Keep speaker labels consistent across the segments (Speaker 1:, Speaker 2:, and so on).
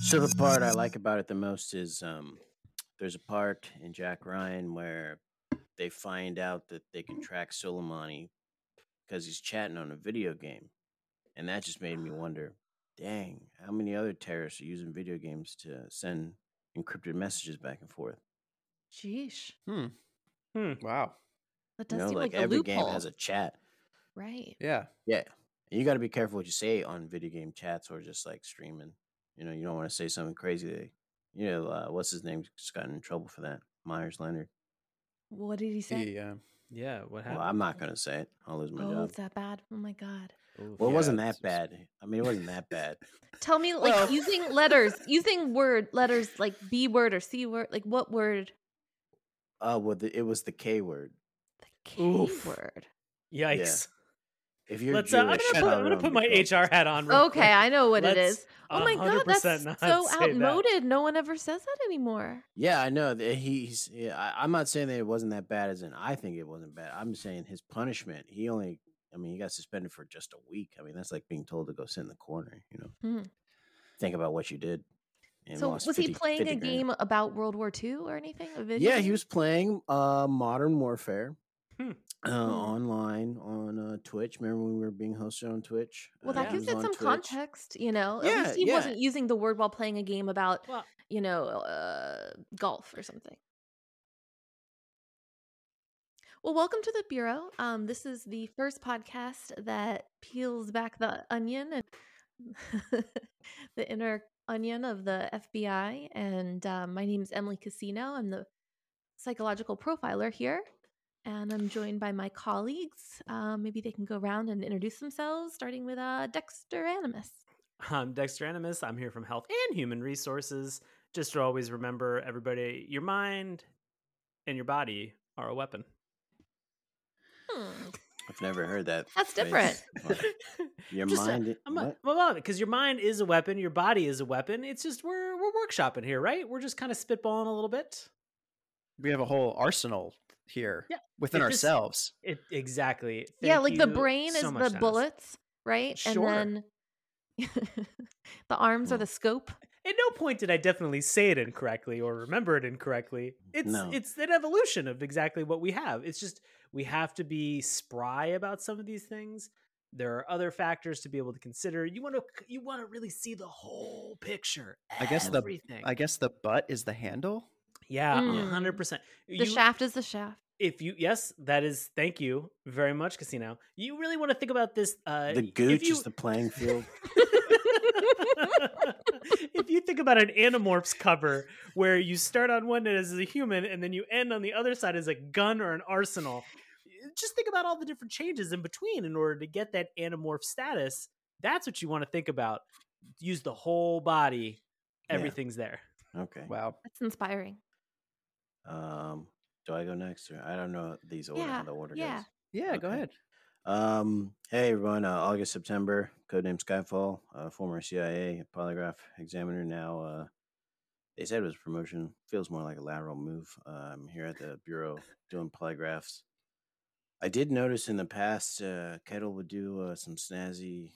Speaker 1: So the part I like about it the most is um, there's a part in Jack Ryan where they find out that they can track Soleimani because he's chatting on a video game, and that just made me
Speaker 2: Ah.
Speaker 1: wonder, dang, how many other terrorists are using video games to send encrypted messages back and forth?
Speaker 2: Sheesh.
Speaker 3: Hmm.
Speaker 4: Hmm.
Speaker 3: Wow.
Speaker 2: That
Speaker 1: You
Speaker 2: does
Speaker 1: know,
Speaker 2: seem
Speaker 1: like,
Speaker 2: like, a
Speaker 1: every
Speaker 2: loophole.
Speaker 1: game has a chat.
Speaker 2: right.
Speaker 3: Yeah.
Speaker 1: Yeah, and you got to be careful what you say on video game chats or just like streaming. You know, you don't want to say something crazy. That, you know, uh, what's his name just got in trouble for that? Myers Leonard.
Speaker 2: What did he say?
Speaker 3: Yeah.
Speaker 4: Yeah. What
Speaker 1: Well,
Speaker 4: happened?
Speaker 1: I'm not gonna say it. I'll lose my
Speaker 2: Oh,
Speaker 1: job.
Speaker 2: it's that bad. Oh my god.
Speaker 4: Oof.
Speaker 1: Well, it
Speaker 3: Yeah,
Speaker 1: wasn't that
Speaker 3: it's-
Speaker 1: bad. I mean, it wasn't that bad.
Speaker 2: Tell me, like
Speaker 3: Well-
Speaker 2: using letters, using word letters, like B word or C word, like what word?
Speaker 1: Uh, well, the, it was the K word.
Speaker 2: The K
Speaker 4: Oof.
Speaker 2: word.
Speaker 4: Yikes.
Speaker 1: If you're
Speaker 4: Let's.
Speaker 1: Jewish,
Speaker 4: Uh, I'm gonna put,
Speaker 1: I'll
Speaker 4: I'm gonna
Speaker 1: run
Speaker 4: put
Speaker 1: the
Speaker 4: my
Speaker 1: trouble.
Speaker 4: HR hat on. real
Speaker 2: Okay,
Speaker 4: quick.
Speaker 2: I know what it
Speaker 4: Let's
Speaker 2: is. Oh my god,
Speaker 4: 100%
Speaker 2: that's
Speaker 4: not
Speaker 2: so
Speaker 4: say that.
Speaker 2: outmoded. No one ever says that anymore.
Speaker 1: Yeah, I know. that He's. Yeah, I, I'm not saying that it wasn't that bad. As in, I think it wasn't bad. I'm saying his punishment. He only. I mean, he got suspended for just a week. I mean, that's like being told to go sit in the corner. You know,
Speaker 2: Hmm.
Speaker 1: think about what you did. and
Speaker 2: So
Speaker 1: lost
Speaker 2: was
Speaker 1: 50
Speaker 2: he playing
Speaker 1: 50
Speaker 2: a
Speaker 1: grand.
Speaker 2: game about World War II or anything? A video
Speaker 1: Yeah, he
Speaker 2: game?
Speaker 1: was playing uh, Modern Warfare
Speaker 4: Hmm.
Speaker 1: uh, online on uh, Twitch. Remember when we were being hosted on Twitch?
Speaker 2: Well,
Speaker 1: Uh,
Speaker 2: that
Speaker 4: Yeah.
Speaker 1: he
Speaker 2: gives
Speaker 1: was
Speaker 2: it
Speaker 1: on
Speaker 2: some
Speaker 1: Twitch.
Speaker 2: context, you know. At
Speaker 1: Yeah,
Speaker 2: least he
Speaker 1: yeah.
Speaker 2: wasn't using the word while playing a game about,
Speaker 4: Well-
Speaker 2: you know, uh, golf or something. Well, welcome to the bureau. Um, this is the first podcast that peels back the onion and the inner onion of the FBI. And um, my name is Emily Casino. I'm the psychological profiler here, and I'm joined by my colleagues. Uh, maybe they can go around and introduce themselves, starting with uh, Dexter Animus.
Speaker 4: I'm Dexter Animus. I'm here from Health and Human Resources. Just to always remember, everybody, your mind and your body are a weapon.
Speaker 2: Hmm.
Speaker 1: I've never heard that.
Speaker 2: That's
Speaker 1: phrase
Speaker 2: different.
Speaker 1: before. Your
Speaker 4: Just, uh,
Speaker 1: mind. i-
Speaker 4: I'm a,
Speaker 1: what?
Speaker 4: well, because your mind is a weapon, your body is a weapon. It's just we're we're workshopping here, right? We're just kind of spitballing a little bit.
Speaker 3: We have a whole arsenal here
Speaker 4: Yeah,
Speaker 3: within
Speaker 4: it just-
Speaker 3: ourselves.
Speaker 4: It, exactly.
Speaker 2: Yeah, like
Speaker 4: Thank
Speaker 2: the
Speaker 4: you
Speaker 2: brain
Speaker 4: so
Speaker 2: is
Speaker 4: much,
Speaker 2: the
Speaker 4: Dennis.
Speaker 2: bullets, right?
Speaker 4: Sure. Mm.
Speaker 2: And then the arms are
Speaker 1: Hmm.
Speaker 2: the scope.
Speaker 4: At no point did I definitely say it incorrectly or remember it incorrectly. It's
Speaker 1: No.
Speaker 4: it's an evolution of exactly what we have. It's just we have to be spry about some of these things. There are other factors to be able to consider. You want to you want to really see the whole picture.
Speaker 3: I guess the-
Speaker 4: everything.
Speaker 3: I guess the butt is the handle.
Speaker 4: yeah,
Speaker 2: Mm.
Speaker 4: hundred percent.
Speaker 2: The shaft is the shaft.
Speaker 4: If you yes, that is. Thank you very much, Casino. You really want to think about this. Uh,
Speaker 1: the
Speaker 4: if
Speaker 1: gooch
Speaker 4: you-
Speaker 1: is the playing field.
Speaker 4: if you think about an Animorphs cover where you start on one end as a human and then you end on the other side as a gun or an arsenal, just think about all the different changes in between in order to get that Animorph status. That's what you want to think about. Use the whole body,
Speaker 1: Yeah.
Speaker 4: everything's there.
Speaker 1: Okay.
Speaker 3: Wow.
Speaker 2: That's inspiring.
Speaker 1: Um, do I go next? Or I don't know these order.
Speaker 2: Yeah,
Speaker 1: how the order
Speaker 2: yeah.
Speaker 1: goes.
Speaker 3: Yeah, go
Speaker 1: Okay.
Speaker 3: ahead.
Speaker 1: Um, hey everyone, uh, August, September, codename Skyfall, uh, former CIA polygraph examiner, now, uh, they said it was a promotion, feels more like a lateral move. Uh, I'm here at the Bureau doing polygraphs. I did notice in the past, uh, Kettle would do, uh, some snazzy,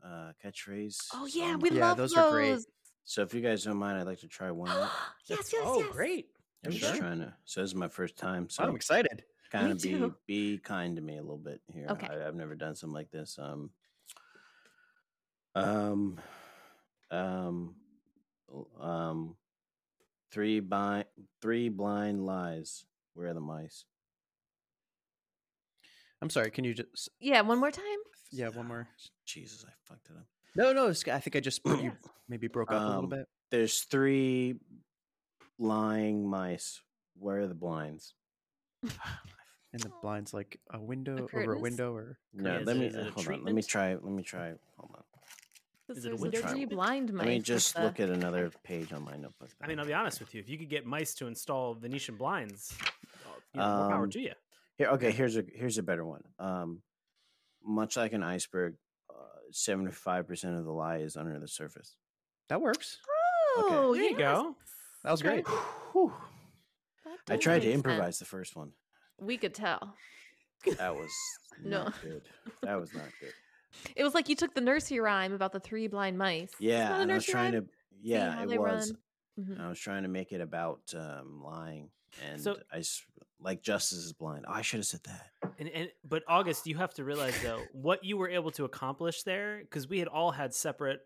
Speaker 1: uh, catchphrase.
Speaker 2: Oh
Speaker 1: so
Speaker 2: yeah,
Speaker 1: I'm-
Speaker 2: we
Speaker 3: Yeah,
Speaker 2: love
Speaker 3: those
Speaker 2: those.
Speaker 3: were great.
Speaker 1: So if you guys don't mind, I'd like to try one out.
Speaker 2: yes, yes,
Speaker 4: oh,
Speaker 2: yes.
Speaker 4: great.
Speaker 1: I'm
Speaker 3: Yeah,
Speaker 1: just
Speaker 3: sure.
Speaker 1: trying to, so this is my first time, so
Speaker 3: I'm excited.
Speaker 1: kind
Speaker 2: Me
Speaker 1: of be
Speaker 2: too.
Speaker 1: be kind to me a little bit here.
Speaker 2: Okay.
Speaker 1: I, I've never done something like this. Um, um, um, l- um, three blind three blind lies. Where are the mice?
Speaker 3: I'm sorry. Can you just?
Speaker 2: Yeah, one more time.
Speaker 3: Yeah, one more.
Speaker 1: Jesus, I fucked it up.
Speaker 3: No, no. it's- I think I just put you
Speaker 4: Yeah.
Speaker 3: maybe broke up a little
Speaker 1: Um,
Speaker 3: bit.
Speaker 1: There's three lying mice. Where are the blinds?
Speaker 3: And the blinds like a window over a
Speaker 2: curtains?
Speaker 3: window or
Speaker 1: No,
Speaker 4: Is
Speaker 1: let
Speaker 4: it-
Speaker 1: me
Speaker 4: is it a
Speaker 1: hold on. Let me
Speaker 4: treatment?
Speaker 1: try. Let me try. Hold on.
Speaker 4: Is
Speaker 2: Is
Speaker 4: it a
Speaker 2: it
Speaker 4: window
Speaker 2: three
Speaker 4: treatment?
Speaker 2: blind mice?
Speaker 1: Let me
Speaker 2: with
Speaker 1: just
Speaker 2: the-
Speaker 1: look at another page on my notebook.
Speaker 4: I mean, I'll be honest with you. If you could get mice to install Venetian blinds, uh, you know, more power
Speaker 1: Um,
Speaker 4: to you.
Speaker 1: Here, okay. Here's a here's a better one. Um, much like an iceberg, seventy five percent of the lie is under the surface.
Speaker 3: that works.
Speaker 1: Okay.
Speaker 2: Oh,
Speaker 4: There you
Speaker 2: yes.
Speaker 4: go.
Speaker 3: That was great.
Speaker 1: Whew.
Speaker 2: That
Speaker 1: I
Speaker 2: does
Speaker 1: tried to
Speaker 2: make sense.
Speaker 1: improvise the first one.
Speaker 2: We could tell.
Speaker 1: That was
Speaker 2: No.
Speaker 1: not good. That was not good.
Speaker 2: It was like you took the nursery rhyme about the three blind mice. It's
Speaker 1: Yeah,
Speaker 2: not a
Speaker 1: and I was
Speaker 2: nursery
Speaker 1: trying
Speaker 2: rhyme.
Speaker 1: to
Speaker 2: how
Speaker 1: yeah, it
Speaker 2: they
Speaker 1: was.
Speaker 2: run. Mhm.
Speaker 1: I was trying to make it about um, lying, and
Speaker 4: So-
Speaker 1: I s- like justice is blind. Oh, I should have said that.
Speaker 4: And, and but August, you have to realize though what you were able to accomplish there because we had all had separate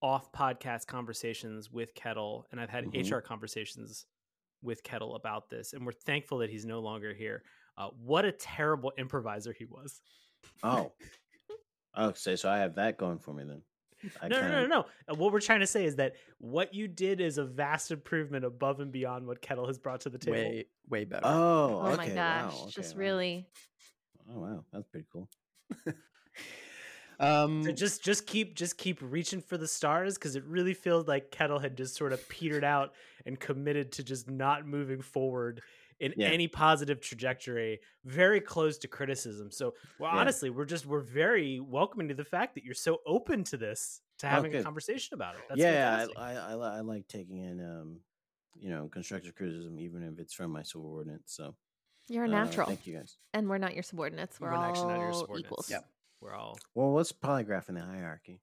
Speaker 4: off podcast conversations with Kettle, and I've had
Speaker 1: Mhm.
Speaker 4: HR conversations with Kettle about this, and we're thankful that he's no longer here. Uh, what a terrible improviser he was!
Speaker 1: Oh, oh, say so. I have that going for me then. I
Speaker 4: no, no, no,
Speaker 1: kinda-
Speaker 4: no, no. Uh, What we're trying to say is that what you did is a vast improvement above and beyond what Kettle has brought to the table.
Speaker 3: Way, way better.
Speaker 1: Oh,
Speaker 2: Oh my
Speaker 1: okay,
Speaker 2: gosh,
Speaker 1: wow,
Speaker 2: just
Speaker 1: okay, wow.
Speaker 2: really.
Speaker 1: Oh wow, that's pretty cool.
Speaker 3: um,
Speaker 1: Mm.
Speaker 4: So just just keep just keep reaching for the stars because it really feels like Kettle had just sort of petered out and committed to just not moving forward in
Speaker 1: Yeah.
Speaker 4: any positive trajectory, very close to criticism. So well,
Speaker 1: Yeah.
Speaker 4: honestly, we're just we're very welcoming to the fact that you're so open to this, to
Speaker 1: Oh,
Speaker 4: having a
Speaker 1: good.
Speaker 4: conversation about it. That's
Speaker 1: yeah,
Speaker 4: fantastic.
Speaker 1: I, I, I, li- I like taking in, um, you know, constructive criticism, even if it's from my subordinates. So
Speaker 2: You're a
Speaker 1: uh,
Speaker 2: natural,
Speaker 1: thank you guys.
Speaker 2: and we're not your subordinates. We're,
Speaker 4: We're
Speaker 2: all
Speaker 4: actually not your subordinates.
Speaker 2: equals.
Speaker 3: Yep.
Speaker 4: we're all
Speaker 1: Well, what's polygraph in the hierarchy?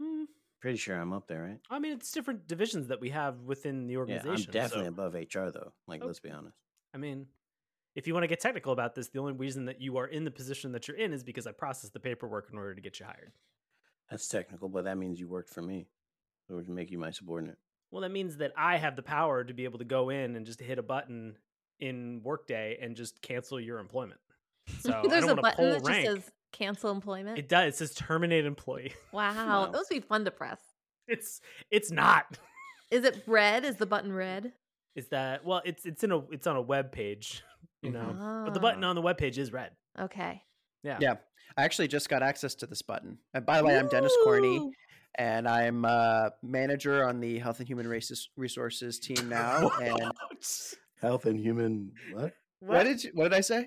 Speaker 3: hmm,
Speaker 4: Mm,
Speaker 1: Pretty sure I'm up there, right?
Speaker 4: I mean it's different divisions that we have within the
Speaker 1: Yeah,
Speaker 4: organization.
Speaker 1: I'm
Speaker 4: so-
Speaker 1: definitely above HR though. Like,
Speaker 4: Oh.
Speaker 1: let's be honest.
Speaker 4: I mean, if you want to get technical about this, the only reason that you are in the position that you're in is because I processed the paperwork in order to get you hired.
Speaker 1: That's technical, but that means you worked for me, or to make you my subordinate.
Speaker 4: Well, that means that I have the power to be able to go in and just hit a button in Workday and just cancel your employment. So Oh, I
Speaker 2: There's
Speaker 4: don't
Speaker 2: a
Speaker 4: want to
Speaker 2: button
Speaker 4: pull
Speaker 2: that
Speaker 4: rank.
Speaker 2: just says cancel employment.
Speaker 4: it does. It says terminate employee.
Speaker 2: wow,
Speaker 1: Wow.
Speaker 2: those would be fun to press.
Speaker 4: It's it's not.
Speaker 2: Is it red? Is the button red?
Speaker 4: Is that well? It's it's in a it's on a web page, you know.
Speaker 2: Mm-hmm.
Speaker 4: But the button
Speaker 1: Ah.
Speaker 4: on the web page is red.
Speaker 2: Ah, Okay.
Speaker 4: Yeah.
Speaker 3: yeah, I actually just got access to this button. And by the way, I'm Dennis Corney,
Speaker 2: Woo!
Speaker 3: and I'm uh, manager on the Health and Human Races Resources team now. and
Speaker 1: Health and human what?
Speaker 3: what did you, what did I say?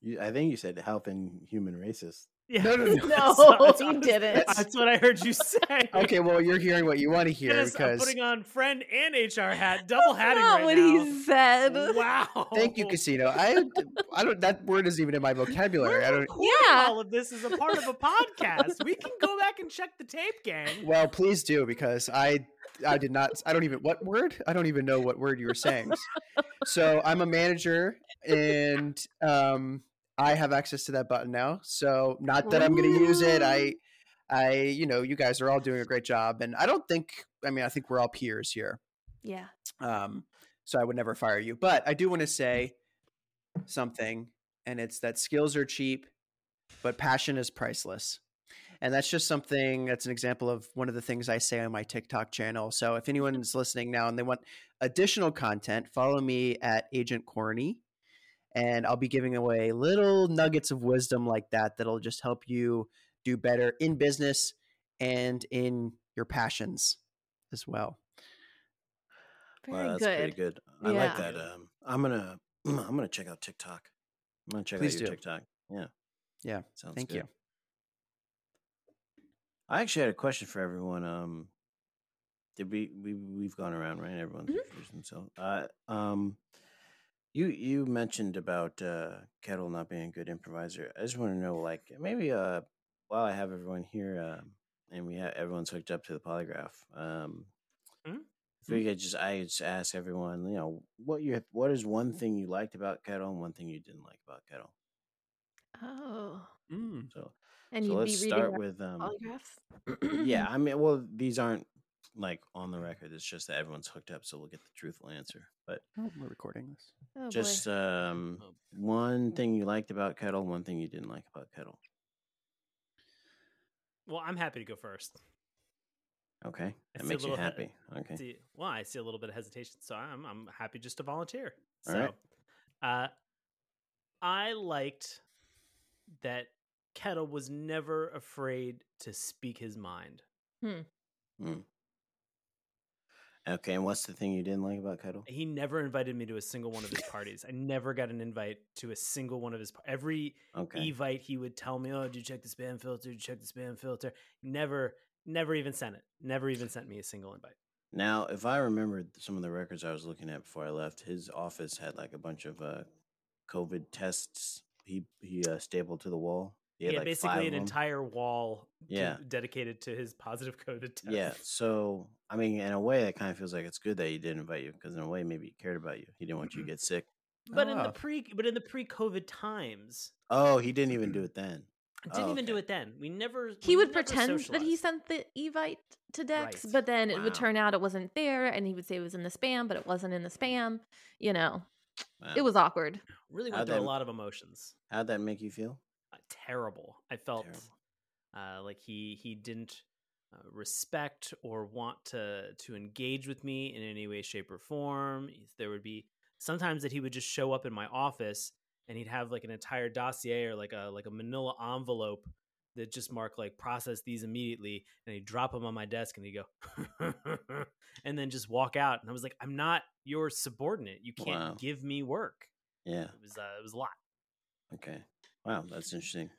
Speaker 1: You, I think you said health and human racist.
Speaker 4: Yeah.
Speaker 3: No, no, no.
Speaker 2: No, you didn't.
Speaker 4: That's what I heard you say.
Speaker 3: Okay, well, you're hearing what you want to hear
Speaker 4: Dennis, I'm
Speaker 3: because
Speaker 4: putting on friend and HR hat, double
Speaker 2: That's
Speaker 4: hatting
Speaker 2: not
Speaker 4: right
Speaker 2: what
Speaker 4: now.
Speaker 2: he said.
Speaker 4: Wow.
Speaker 3: thank you, Casino. I I don't that word isn't even in my vocabulary. I
Speaker 4: We're
Speaker 3: don't.
Speaker 4: recording
Speaker 2: Yeah.
Speaker 4: all of this is a part of a podcast. we can go back and check the tape, gang.
Speaker 3: Well, please do because I I did not I don't even what word? I don't even know what word you were saying. so I'm a manager and um I have access to that button now. So not that I'm going to use it. I I you know, you guys are all doing a great job and I don't think I mean I think we're all peers here.
Speaker 2: Yeah.
Speaker 3: Um so I would never fire you, but I do want to say something and it's that skills are cheap but passion is priceless. And that's just something that's an example of one of the things I say on my TikTok channel. So if anyone's listening now and they want additional content, follow me at Agent Corny. And I'll be giving away little nuggets of wisdom like that that'll just help you do better in business and in your passions as well.
Speaker 2: Very
Speaker 1: wow, that's
Speaker 2: good.
Speaker 1: pretty good. I like
Speaker 2: Yeah.
Speaker 1: that. Um, I'm gonna I'm gonna check out TikTok. I'm gonna check
Speaker 3: Please
Speaker 1: out your
Speaker 3: do.
Speaker 1: TikTok. Yeah.
Speaker 3: Yeah,
Speaker 1: Sounds
Speaker 3: Thank
Speaker 1: good.
Speaker 3: you.
Speaker 1: I actually had a question for everyone. Um, did we we we've gone around right? Everyone's
Speaker 3: Mm-hmm.
Speaker 2: Mhm.
Speaker 1: introduced themselves. Uh, um, you you mentioned about uh, Kettle not being a good improviser. I just want to know, like, maybe uh, while I have everyone here, um, and we have everyone's hooked up to the polygraph. Um,
Speaker 3: Hmm?
Speaker 4: Mm,
Speaker 1: if we could just I just ask everyone, you know, what you what is one thing you liked about Kettle and one thing you didn't like about Kettle.
Speaker 2: Oh.
Speaker 3: Mm-hmm.
Speaker 1: So,
Speaker 2: And
Speaker 1: so
Speaker 2: you'd
Speaker 1: let's
Speaker 2: be
Speaker 1: start
Speaker 2: reading
Speaker 1: with um.
Speaker 2: polygraphs?
Speaker 1: yeah, I mean, well, these aren't like on the record. It's just that everyone's hooked up, so we'll get the truthful answer. But
Speaker 3: Oh, we're recording this.
Speaker 2: Oh, boy.
Speaker 1: just um,
Speaker 4: Oh.
Speaker 1: one thing you liked about Kettle, one thing you didn't like about Kettle.
Speaker 4: Well, I'm happy to go first.
Speaker 1: Okay, that
Speaker 4: see a
Speaker 1: makes you
Speaker 4: little he-
Speaker 1: happy. Okay,
Speaker 4: See, well, I see a little bit of hesitation, so I'm I'm happy just to volunteer.
Speaker 1: All
Speaker 4: so,
Speaker 1: right.
Speaker 4: uh, I liked that Kettle was never afraid to speak his mind.
Speaker 1: okay. And what's the thing you didn't like about Kettle?
Speaker 4: He never invited me to a single one of his parties. I never got an invite to a single one of his par- every
Speaker 1: Okay,
Speaker 4: Evite, he would tell me, "Oh, did you check the spam filter? Did you check the spam filter?" Never, never even sent it. Never even sent me a single invite.
Speaker 1: now if I remembered some of the records I was looking at before I left, his office had like a bunch of uh, COVID tests. He he uh, stapled to the wall. He had,
Speaker 4: yeah,
Speaker 1: like, five
Speaker 4: basically
Speaker 1: of
Speaker 4: an
Speaker 1: 'em.
Speaker 4: entire wall to-
Speaker 1: Yeah.
Speaker 4: dedicated to his positive code attempt.
Speaker 1: Yeah. So, I mean, in a way, it kind of feels like it's good that he didn't invite you because, in a way, maybe he cared about you. He didn't want you to
Speaker 3: Mm-hmm.
Speaker 1: get sick.
Speaker 4: But in the
Speaker 3: Ah.
Speaker 2: Oh.
Speaker 4: pre but in the pre-COVID times,
Speaker 1: Oh, he didn't even do it then.
Speaker 4: didn't
Speaker 1: Oh,
Speaker 4: even do
Speaker 1: okay.
Speaker 4: it then. We never
Speaker 2: He
Speaker 4: we
Speaker 2: would
Speaker 4: never
Speaker 2: pretend that he
Speaker 4: socialized.
Speaker 2: sent the Evite to Dex,
Speaker 4: Right.
Speaker 2: but then it
Speaker 1: Wow.
Speaker 2: would turn out it wasn't there, and he would say it was in the spam, but it wasn't in the spam. You know,
Speaker 1: Wow.
Speaker 2: it was awkward.
Speaker 4: really
Speaker 1: How
Speaker 4: went through a
Speaker 1: then-
Speaker 4: lot of emotions.
Speaker 1: How'd that make you feel?
Speaker 4: Uh, terrible. I felt
Speaker 1: Terrible.
Speaker 4: uh, like he he didn't uh, respect or want to to engage with me in any way, shape, or form. There would be sometimes that he would just show up in my office and he'd have like an entire dossier or like a like a Manila envelope that just marked like process these immediately, and he'd drop them on my desk and he'd go and then just walk out. And I was like, I'm not your subordinate. You can't
Speaker 1: Wow.
Speaker 4: give me work.
Speaker 1: Yeah.
Speaker 4: It was uh, it was a lot.
Speaker 1: Okay. Wow, that's interesting.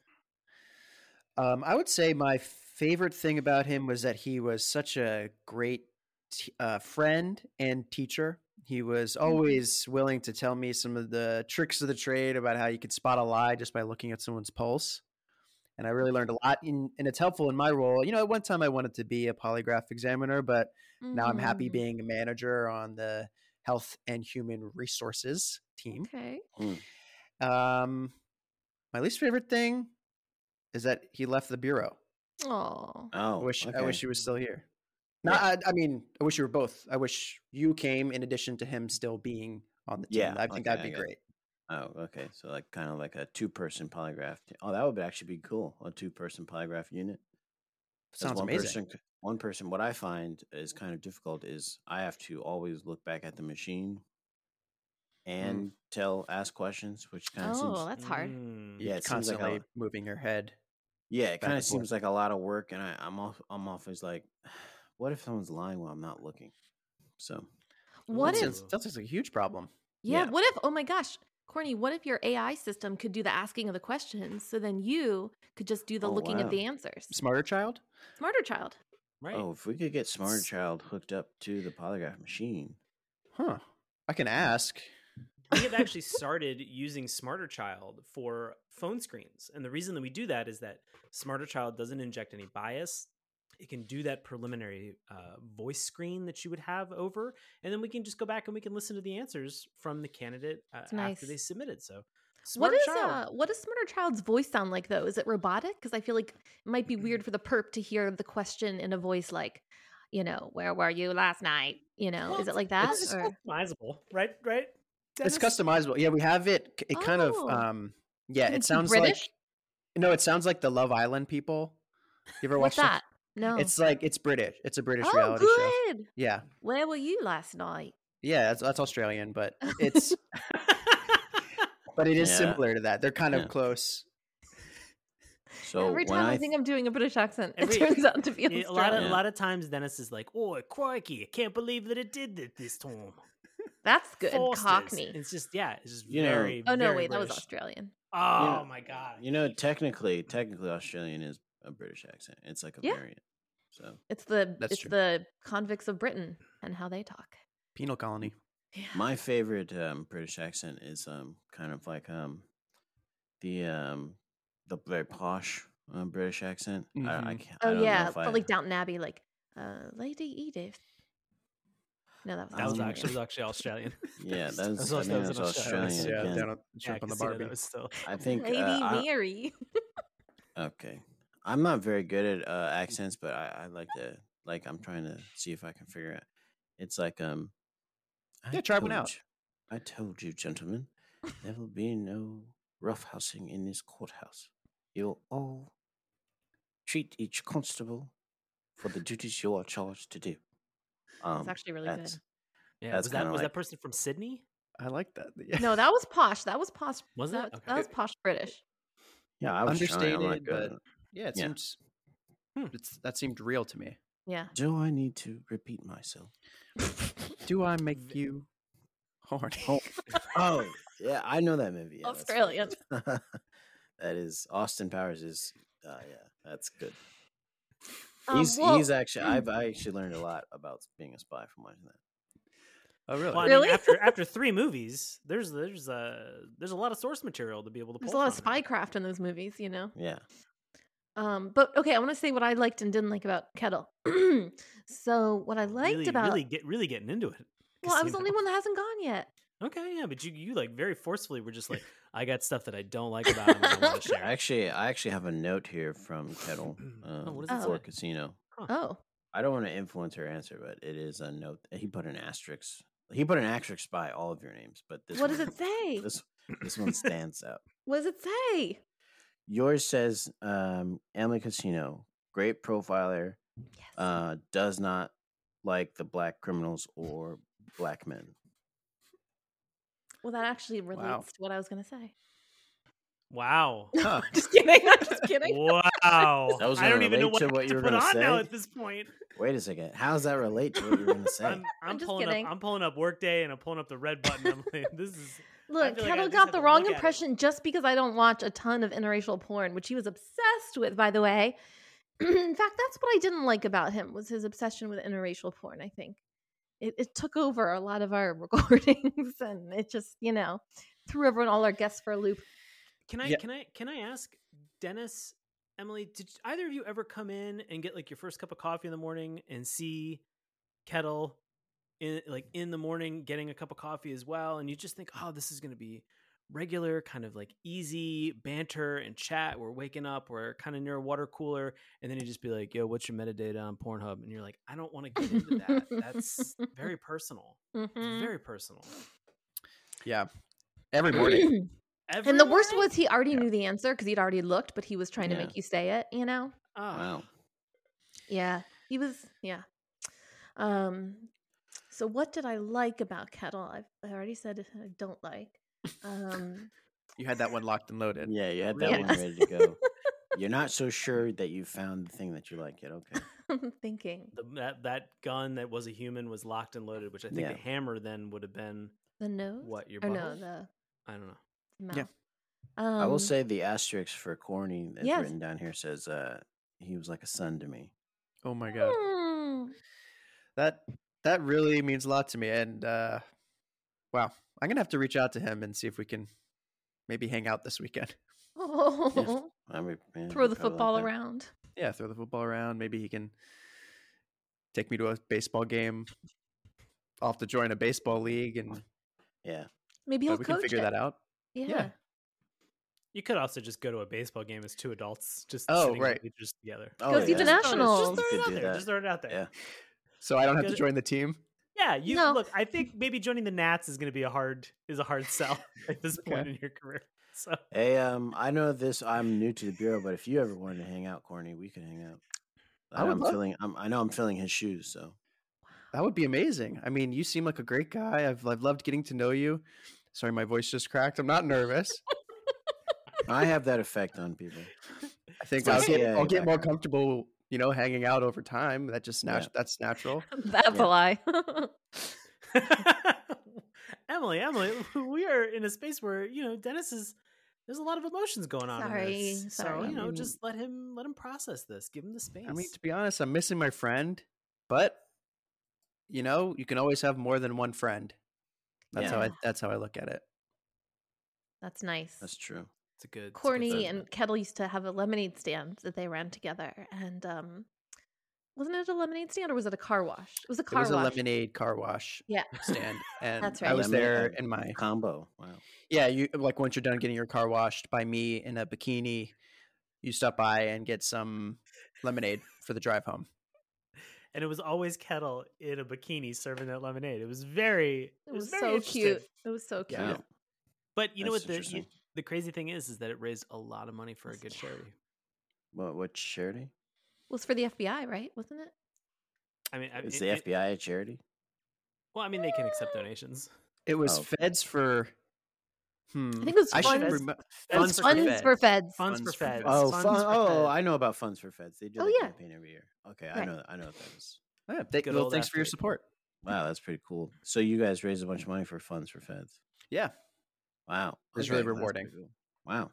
Speaker 3: Um, I would say my favorite thing about him was that he was such a great t- uh, friend and teacher. He was always willing to tell me some of the tricks of the trade about how you could spot a lie just by looking at someone's pulse. And I really learned a lot, in, and it's helpful in my role. You know, at one time I wanted to be a polygraph examiner, but now I'm happy
Speaker 2: Mm,
Speaker 3: being a manager on the health and human resources team.
Speaker 2: okay.
Speaker 3: Um, my least favorite thing is that he left the bureau.
Speaker 2: Oh,
Speaker 1: Oh,
Speaker 3: I wish I
Speaker 1: okay.
Speaker 3: wish he was still here. Not, I, I mean, I wish you were both. I wish you came in addition to him still being on the team.
Speaker 1: Yeah,
Speaker 3: I think
Speaker 1: okay, I
Speaker 3: that'd be
Speaker 1: got it.
Speaker 3: great.
Speaker 1: Oh, okay. So like kind of like a two-person polygraph. t- Oh, that would actually be cool. A two-person polygraph unit. 'Cause
Speaker 3: Sounds
Speaker 1: one
Speaker 3: amazing.
Speaker 1: Person, c- one person. What I find is kind of difficult is I have to always look back at the machine
Speaker 3: Mm.
Speaker 1: and tell ask questions, which kind of
Speaker 2: oh,
Speaker 1: seems
Speaker 2: that's hard.
Speaker 4: Mm.
Speaker 1: yeah, it seems like
Speaker 3: constantly
Speaker 1: a,
Speaker 3: moving your head.
Speaker 1: yeah, it
Speaker 3: back
Speaker 1: kind of
Speaker 3: and forth.
Speaker 1: seems like a lot of work, and I, I'm off, I'm always like, what if someone's lying while I'm not looking? So
Speaker 2: What if?
Speaker 3: that
Speaker 4: Ooh.
Speaker 3: sounds- that sounds like a huge problem.
Speaker 2: Yeah,
Speaker 1: yeah.
Speaker 2: What if? Oh my gosh, Corny. What if your AI system could do the asking of the questions, so then you could just do the
Speaker 1: Oh,
Speaker 2: looking of
Speaker 1: wow.
Speaker 2: the answers?
Speaker 3: Smarter child.
Speaker 2: Smarter child.
Speaker 4: Right.
Speaker 1: oh, if we could get Smart
Speaker 3: S-
Speaker 1: Child hooked up to the polygraph machine,
Speaker 3: Huh. I can ask.
Speaker 4: we have actually started using Smarter Child for phone screens. And the reason that we do that is that Smarter Child doesn't inject any bias. It can do that preliminary uh, voice screen that you would have over, and then we can just go back and we can listen to the answers from the candidate uh,
Speaker 2: It's nice.
Speaker 4: after they submitted. So,
Speaker 2: What
Speaker 4: Smarter
Speaker 2: is
Speaker 4: Child.
Speaker 2: uh, what does smarter child's voice sound like though? Is it robotic? Because I feel like it might be weird for the perp to hear the question in a voice like, you know, where were you last night? You know,
Speaker 4: Well,
Speaker 2: is it like that?
Speaker 4: it's
Speaker 2: Or
Speaker 4: customizable, right? Right? Dennis?
Speaker 3: It's customizable. Yeah, we have it. c- It kind of.
Speaker 2: Oh.
Speaker 3: Um. Yeah,
Speaker 2: Can it
Speaker 3: it
Speaker 2: be
Speaker 3: sounds
Speaker 2: British?
Speaker 3: like. No, it sounds like the Love Island people. You ever
Speaker 2: what's
Speaker 3: watched
Speaker 2: that? No.
Speaker 3: It's like it's British. It's a British
Speaker 2: oh,
Speaker 3: reality show.
Speaker 2: good.
Speaker 3: Yeah,
Speaker 2: Where were you last night?
Speaker 3: yeah, that's, that's Australian, but it's but it is
Speaker 1: Yeah.
Speaker 3: similar to that. They're kind
Speaker 1: Yeah.
Speaker 3: of close.
Speaker 1: so
Speaker 2: Every
Speaker 1: when
Speaker 2: time I,
Speaker 1: I
Speaker 2: think I'm doing a British accent,
Speaker 4: Every-
Speaker 2: it turns out to be
Speaker 4: Yeah, a lot of
Speaker 2: Australian.
Speaker 4: a lot of times Dennis is like, "Oh, crikey! I can't believe that it did that this time."
Speaker 2: That's good.
Speaker 4: Foster's.
Speaker 2: Cockney.
Speaker 4: It's just yeah, it's just
Speaker 1: You know-
Speaker 4: very.
Speaker 2: Oh no,
Speaker 4: very
Speaker 2: wait, that was
Speaker 4: British.
Speaker 2: Australian.
Speaker 4: Oh
Speaker 1: know-
Speaker 4: my god!
Speaker 1: You know, technically, technically, Australian is a British accent. It's like a
Speaker 2: Yeah.
Speaker 1: variant. So
Speaker 2: It's the
Speaker 3: That's
Speaker 2: it's
Speaker 3: true.
Speaker 2: the convicts of Britain and how they talk.
Speaker 3: Penal colony.
Speaker 2: Yeah.
Speaker 1: my favorite um, British accent is um kind of like um the um the very posh um, British accent. I, I
Speaker 3: Mhm.
Speaker 1: can't. I
Speaker 2: oh
Speaker 1: don't know
Speaker 2: yeah,
Speaker 1: if
Speaker 2: but
Speaker 1: I-
Speaker 2: like Downton Abbey, like uh, Lady Edith. No, that was
Speaker 4: That was
Speaker 1: Um,
Speaker 4: actually was actually Australian.
Speaker 1: yeah,
Speaker 3: That's-
Speaker 1: that was, I
Speaker 4: also-
Speaker 1: think
Speaker 4: that
Speaker 1: that
Speaker 4: was
Speaker 1: was
Speaker 4: an Australian
Speaker 1: Australian.
Speaker 4: accent.
Speaker 1: again.
Speaker 3: down on,
Speaker 4: Yeah, I
Speaker 3: jump on
Speaker 4: could
Speaker 3: the
Speaker 4: see that
Speaker 3: Barbie.
Speaker 4: That was still.
Speaker 1: I think.
Speaker 2: Lady
Speaker 1: uh, I-
Speaker 2: Mary.
Speaker 1: okay, I'm not very good at uh, accents, but I, I like to like. I'm trying to see if I can figure it. It's like um. I
Speaker 3: Yeah, try one
Speaker 1: told
Speaker 3: out.
Speaker 1: you- I told you, gentlemen, there will be no roughhousing in this courthouse. You'll all treat each constable for the duties you are charged to do. Um,
Speaker 2: It's actually really
Speaker 1: that's-
Speaker 2: good.
Speaker 4: Yeah,
Speaker 1: That's
Speaker 4: was that
Speaker 1: kinda
Speaker 4: was that
Speaker 1: like-
Speaker 4: person from Sydney?
Speaker 3: I like that. Yeah.
Speaker 2: No, that was posh. That was posh.
Speaker 4: Was
Speaker 2: that,
Speaker 4: it? Okay.
Speaker 2: that was posh British.
Speaker 1: Yeah, I was trying. I'm uh, not
Speaker 3: Understated,
Speaker 1: good.
Speaker 3: but-
Speaker 1: at it.
Speaker 3: yeah, it
Speaker 1: yeah.
Speaker 3: seems
Speaker 4: Hmm.
Speaker 3: it's, that seemed real to me.
Speaker 2: Yeah.
Speaker 1: Do I need to repeat myself?
Speaker 3: Do I make you horny?
Speaker 1: Oh, yeah, I know that movie. Yeah, that's funny.
Speaker 2: Australian.
Speaker 1: that is Austin Powers is. Uh, yeah, that's good.
Speaker 2: Um,
Speaker 1: he's
Speaker 2: well, mm.
Speaker 1: he's actually I've I actually learned a lot about being a spy from watching that.
Speaker 3: Oh, really?
Speaker 4: Well, I mean,
Speaker 2: Really?
Speaker 4: after after three movies, there's there's a there's a lot of source material to be able to.
Speaker 2: There's a
Speaker 4: pull
Speaker 2: lot of
Speaker 4: from there.
Speaker 2: spycraft in those movies, you know.
Speaker 1: Yeah.
Speaker 2: Um, but okay, I want to say what I liked and didn't like about Kettle. so what I liked
Speaker 4: really,
Speaker 2: about
Speaker 4: really get really getting into it.
Speaker 2: well, I was the
Speaker 4: Casino.
Speaker 2: only one that hasn't gone yet.
Speaker 4: Okay, yeah, but you you like very forcefully were just like, I got stuff that I don't like about him. that I want to share.
Speaker 1: Actually, I actually have a note here from Kettle
Speaker 4: Oh,
Speaker 1: um,
Speaker 4: what
Speaker 2: does it
Speaker 1: for
Speaker 4: say?
Speaker 1: Casino.
Speaker 2: Oh,
Speaker 1: I don't want to influence her answer, but it is a note. He put an asterisk. He put an asterisk by all of your names, but this
Speaker 2: what
Speaker 1: one,
Speaker 2: does it say?
Speaker 1: This this one stands out.
Speaker 2: What does it say?
Speaker 1: Yours says um, Emily Casino, great profiler,
Speaker 2: Yes.
Speaker 1: uh, does not like the black criminals or black men.
Speaker 2: well, that actually relates
Speaker 3: wow.
Speaker 2: to what I was going to say.
Speaker 4: Wow.
Speaker 1: Huh.
Speaker 2: just kidding. I'm just kidding.
Speaker 4: Wow.
Speaker 1: That was
Speaker 4: I don't
Speaker 1: gonna
Speaker 4: even know
Speaker 1: relate
Speaker 4: what
Speaker 1: to
Speaker 4: to,
Speaker 1: what you were
Speaker 4: put on
Speaker 1: gonna
Speaker 4: now
Speaker 1: say.
Speaker 4: at this point.
Speaker 1: Wait a second. How does that relate to what you were going to say?
Speaker 4: I'm, I'm
Speaker 2: just
Speaker 4: pulling
Speaker 2: kidding.
Speaker 4: up I'm pulling up workday and I'm pulling up the red button. I'm like, this is
Speaker 2: Look,
Speaker 4: feel like I
Speaker 2: Kettle
Speaker 4: just
Speaker 2: got
Speaker 4: had
Speaker 2: the
Speaker 4: to
Speaker 2: wrong
Speaker 4: look at it.
Speaker 2: impression just because I don't watch a ton of interracial porn, which he was obsessed with, by the way. In fact, that's what I didn't like about him was his obsession with interracial porn. I think it, it took over a lot of our recordings, and it just you know threw everyone all our guests for a loop.
Speaker 4: Can I
Speaker 3: Yeah.
Speaker 4: can I can I ask Dennis, Emily, did either of you ever come in and get like your first cup of coffee in the morning and see Kettle in like in the morning getting a cup of coffee as well and you just think, "Oh, this is going to be regular kind of like easy banter and chat. We're waking up, we're kind of near a water cooler, and then you just be like, "Yo, what's your metadata on Pornhub?" and you're like, "I don't want to get into that. That's very personal. It's
Speaker 2: Mhm.
Speaker 4: very personal."
Speaker 3: Yeah. Every morning.
Speaker 4: Every
Speaker 2: and the worst
Speaker 4: morning?
Speaker 2: was he already knew the answer because he'd already looked, but he was trying
Speaker 1: Yeah.
Speaker 2: to make you say it. You know?
Speaker 4: Ah.
Speaker 1: wow.
Speaker 2: Yeah, he was. Yeah. Um. So what did I like about Kettle? I've I already said I don't like. Um.
Speaker 3: you had that one locked and loaded.
Speaker 1: Yeah, you had that
Speaker 2: Really?
Speaker 1: one ready to go. You're not so sure that you found the thing that you like yet. Okay.
Speaker 2: I'm thinking
Speaker 4: the, that that gun that was a human was locked and loaded, which I think
Speaker 1: Yeah.
Speaker 4: the hammer then would have been
Speaker 2: the nose.
Speaker 4: what your
Speaker 2: Or no,
Speaker 4: butthole?
Speaker 2: the
Speaker 4: I don't know.
Speaker 2: mouth.
Speaker 3: Yeah.
Speaker 2: Um,
Speaker 1: I will say the asterisk for corny that's
Speaker 2: Yes.
Speaker 1: written down here says uh, he was like a son to me.
Speaker 3: Oh my god.
Speaker 2: hmm,
Speaker 3: That that really means a lot to me and uh wow. I'm going to have to reach out to him and see if we can maybe hang out this weekend.
Speaker 2: oh,
Speaker 1: I mean, yeah,
Speaker 2: throw
Speaker 1: probably
Speaker 2: the
Speaker 1: like
Speaker 2: football
Speaker 1: that.
Speaker 2: around.
Speaker 3: Yeah, throw the football around, maybe he can take me to a baseball game. I'll have to join a baseball league and
Speaker 1: Yeah.
Speaker 2: Maybe he'll
Speaker 3: but we can
Speaker 2: coach
Speaker 3: figure
Speaker 2: it.
Speaker 3: that out.
Speaker 2: Yeah.
Speaker 3: yeah.
Speaker 4: You could also just go to a baseball game as two adults just
Speaker 3: Oh,
Speaker 4: sitting with
Speaker 3: right.
Speaker 4: pictures together.
Speaker 2: Go see
Speaker 1: Oh,
Speaker 2: the
Speaker 1: yeah.
Speaker 4: Just throw
Speaker 2: Nationals.
Speaker 1: You
Speaker 4: it
Speaker 1: could
Speaker 4: out
Speaker 1: do
Speaker 4: there.
Speaker 1: that.
Speaker 4: Just throw it out there.
Speaker 1: Yeah.
Speaker 3: So I don't have
Speaker 4: Good.
Speaker 3: to join the team.
Speaker 4: Yeah, you
Speaker 2: No.
Speaker 4: look. I think maybe joining the Nats is going to be a hard is a hard sell at this point
Speaker 3: Okay.
Speaker 4: in your career. So
Speaker 1: Hey, um, I know this. I'm new to the bureau, but if you ever wanted to hang out, Corny, we could hang out.
Speaker 3: I
Speaker 1: I
Speaker 3: would
Speaker 1: am
Speaker 3: love-
Speaker 1: filling. I'm, I know I'm filling his shoes. So
Speaker 3: That would be amazing. I mean, you seem like a great guy. I've, I've loved getting to know you. Sorry, my voice just cracked. I'm not nervous.
Speaker 1: I have that effect on people.
Speaker 3: I think
Speaker 1: So
Speaker 3: I'll
Speaker 1: it's
Speaker 3: get
Speaker 1: CIA
Speaker 3: I'll get more
Speaker 1: background.
Speaker 3: comfortable, you know, hanging out over time. That just nat-
Speaker 1: Yeah.
Speaker 3: that's natural.
Speaker 2: That's
Speaker 1: Yeah.
Speaker 2: a lie.
Speaker 4: Emily, Emily, we are in a space where you know Dennis is. There's a lot of emotions going on. in
Speaker 2: Sorry,
Speaker 4: this.
Speaker 2: sorry.
Speaker 4: So you know,
Speaker 1: Mm.
Speaker 4: just let him let him process this. Give him the space.
Speaker 3: I mean, to be honest, I'm missing my friend, but you know, you can always have more than one friend. That's how I
Speaker 2: Yeah.
Speaker 3: that's how I look at it.
Speaker 2: That's nice.
Speaker 1: That's true.
Speaker 4: it's a good it's a good
Speaker 2: Corny
Speaker 4: sentiment.
Speaker 2: and Kettle used to have a lemonade stand that they ran together, and um, wasn't it a lemonade stand or was it a car wash? It was a
Speaker 3: It
Speaker 2: car
Speaker 3: was a
Speaker 2: wash.
Speaker 3: lemonade car wash
Speaker 2: Yeah.
Speaker 3: stand, and
Speaker 2: That's
Speaker 3: I
Speaker 2: right.
Speaker 3: was
Speaker 1: Lemonade
Speaker 3: there
Speaker 1: and
Speaker 3: in my
Speaker 1: Combo. Wow.
Speaker 3: yeah. You like once you're done getting your car washed by me in a bikini, you stop by and get some lemonade for the drive home.
Speaker 4: and it was always Kettle in a bikini serving that lemonade. It was very,
Speaker 2: It was
Speaker 4: very
Speaker 2: so
Speaker 4: interesting.
Speaker 2: cute. It was so cute.
Speaker 3: Yeah.
Speaker 1: Wow.
Speaker 4: But you know
Speaker 1: That's
Speaker 4: what the you,
Speaker 1: interesting.
Speaker 4: the crazy thing is, is that it raised a lot of money for a
Speaker 2: Yes,
Speaker 4: good
Speaker 2: yeah.
Speaker 4: charity.
Speaker 1: What? What charity?
Speaker 2: was for the FBI, right? Wasn't it?
Speaker 4: I mean, I,
Speaker 1: Is
Speaker 4: it-
Speaker 1: the
Speaker 4: it-
Speaker 1: FBI a charity?
Speaker 4: well, I mean, they can accept donations.
Speaker 3: It was
Speaker 1: Oh.
Speaker 3: feds for. Hmm.
Speaker 2: I think it was
Speaker 3: should
Speaker 2: funds-
Speaker 3: remem-
Speaker 2: It was
Speaker 3: Funds for
Speaker 2: funds
Speaker 3: Feds.
Speaker 2: for feds.
Speaker 4: Funds,
Speaker 3: Funds
Speaker 4: for
Speaker 3: for
Speaker 4: feds.
Speaker 3: Feds.
Speaker 1: Oh,
Speaker 4: funds
Speaker 1: fun,
Speaker 4: for
Speaker 1: oh, I
Speaker 4: feds.
Speaker 1: know about funds for feds. They do
Speaker 2: Oh,
Speaker 1: that
Speaker 2: yeah.
Speaker 1: campaign every year. Okay, I
Speaker 2: Right.
Speaker 1: know. I know what that is.
Speaker 3: Yeah, thank-
Speaker 4: Good
Speaker 3: well,
Speaker 4: old
Speaker 3: thanks for your
Speaker 4: athlete.
Speaker 3: support.
Speaker 1: Wow, that's pretty cool. So you guys raised a bunch of money for funds for feds.
Speaker 3: Yeah,
Speaker 1: Wow,
Speaker 3: It's really
Speaker 1: okay, well, that's
Speaker 3: rewarding.
Speaker 1: pretty cool. Wow.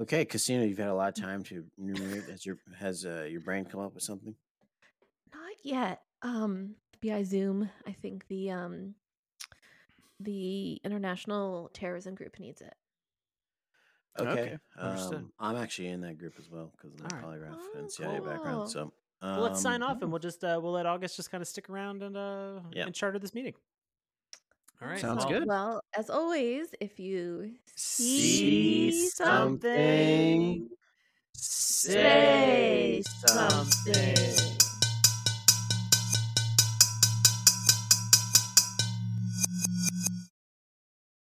Speaker 1: Okay, casino. You've had a lot of time to enumerate. Has your has uh, your brain come up with something?
Speaker 2: Not yet. um FBI Zoom. I think the um the international terrorism group needs it.
Speaker 1: Okay.
Speaker 3: Okay,
Speaker 1: Um,
Speaker 4: understood.
Speaker 1: I'm actually in that group as well because of my
Speaker 4: All
Speaker 1: polygraph
Speaker 2: Oh,
Speaker 1: and CIA
Speaker 2: cool.
Speaker 1: background. So um,
Speaker 4: Well, let's sign off and we'll just uh, we'll let August just kind of stick around and uh
Speaker 1: Yeah.
Speaker 4: and charter this meeting. All right,
Speaker 3: Sounds
Speaker 4: well,
Speaker 3: good.
Speaker 2: Well, as always, if you
Speaker 3: See
Speaker 2: something,
Speaker 3: something,
Speaker 2: say something.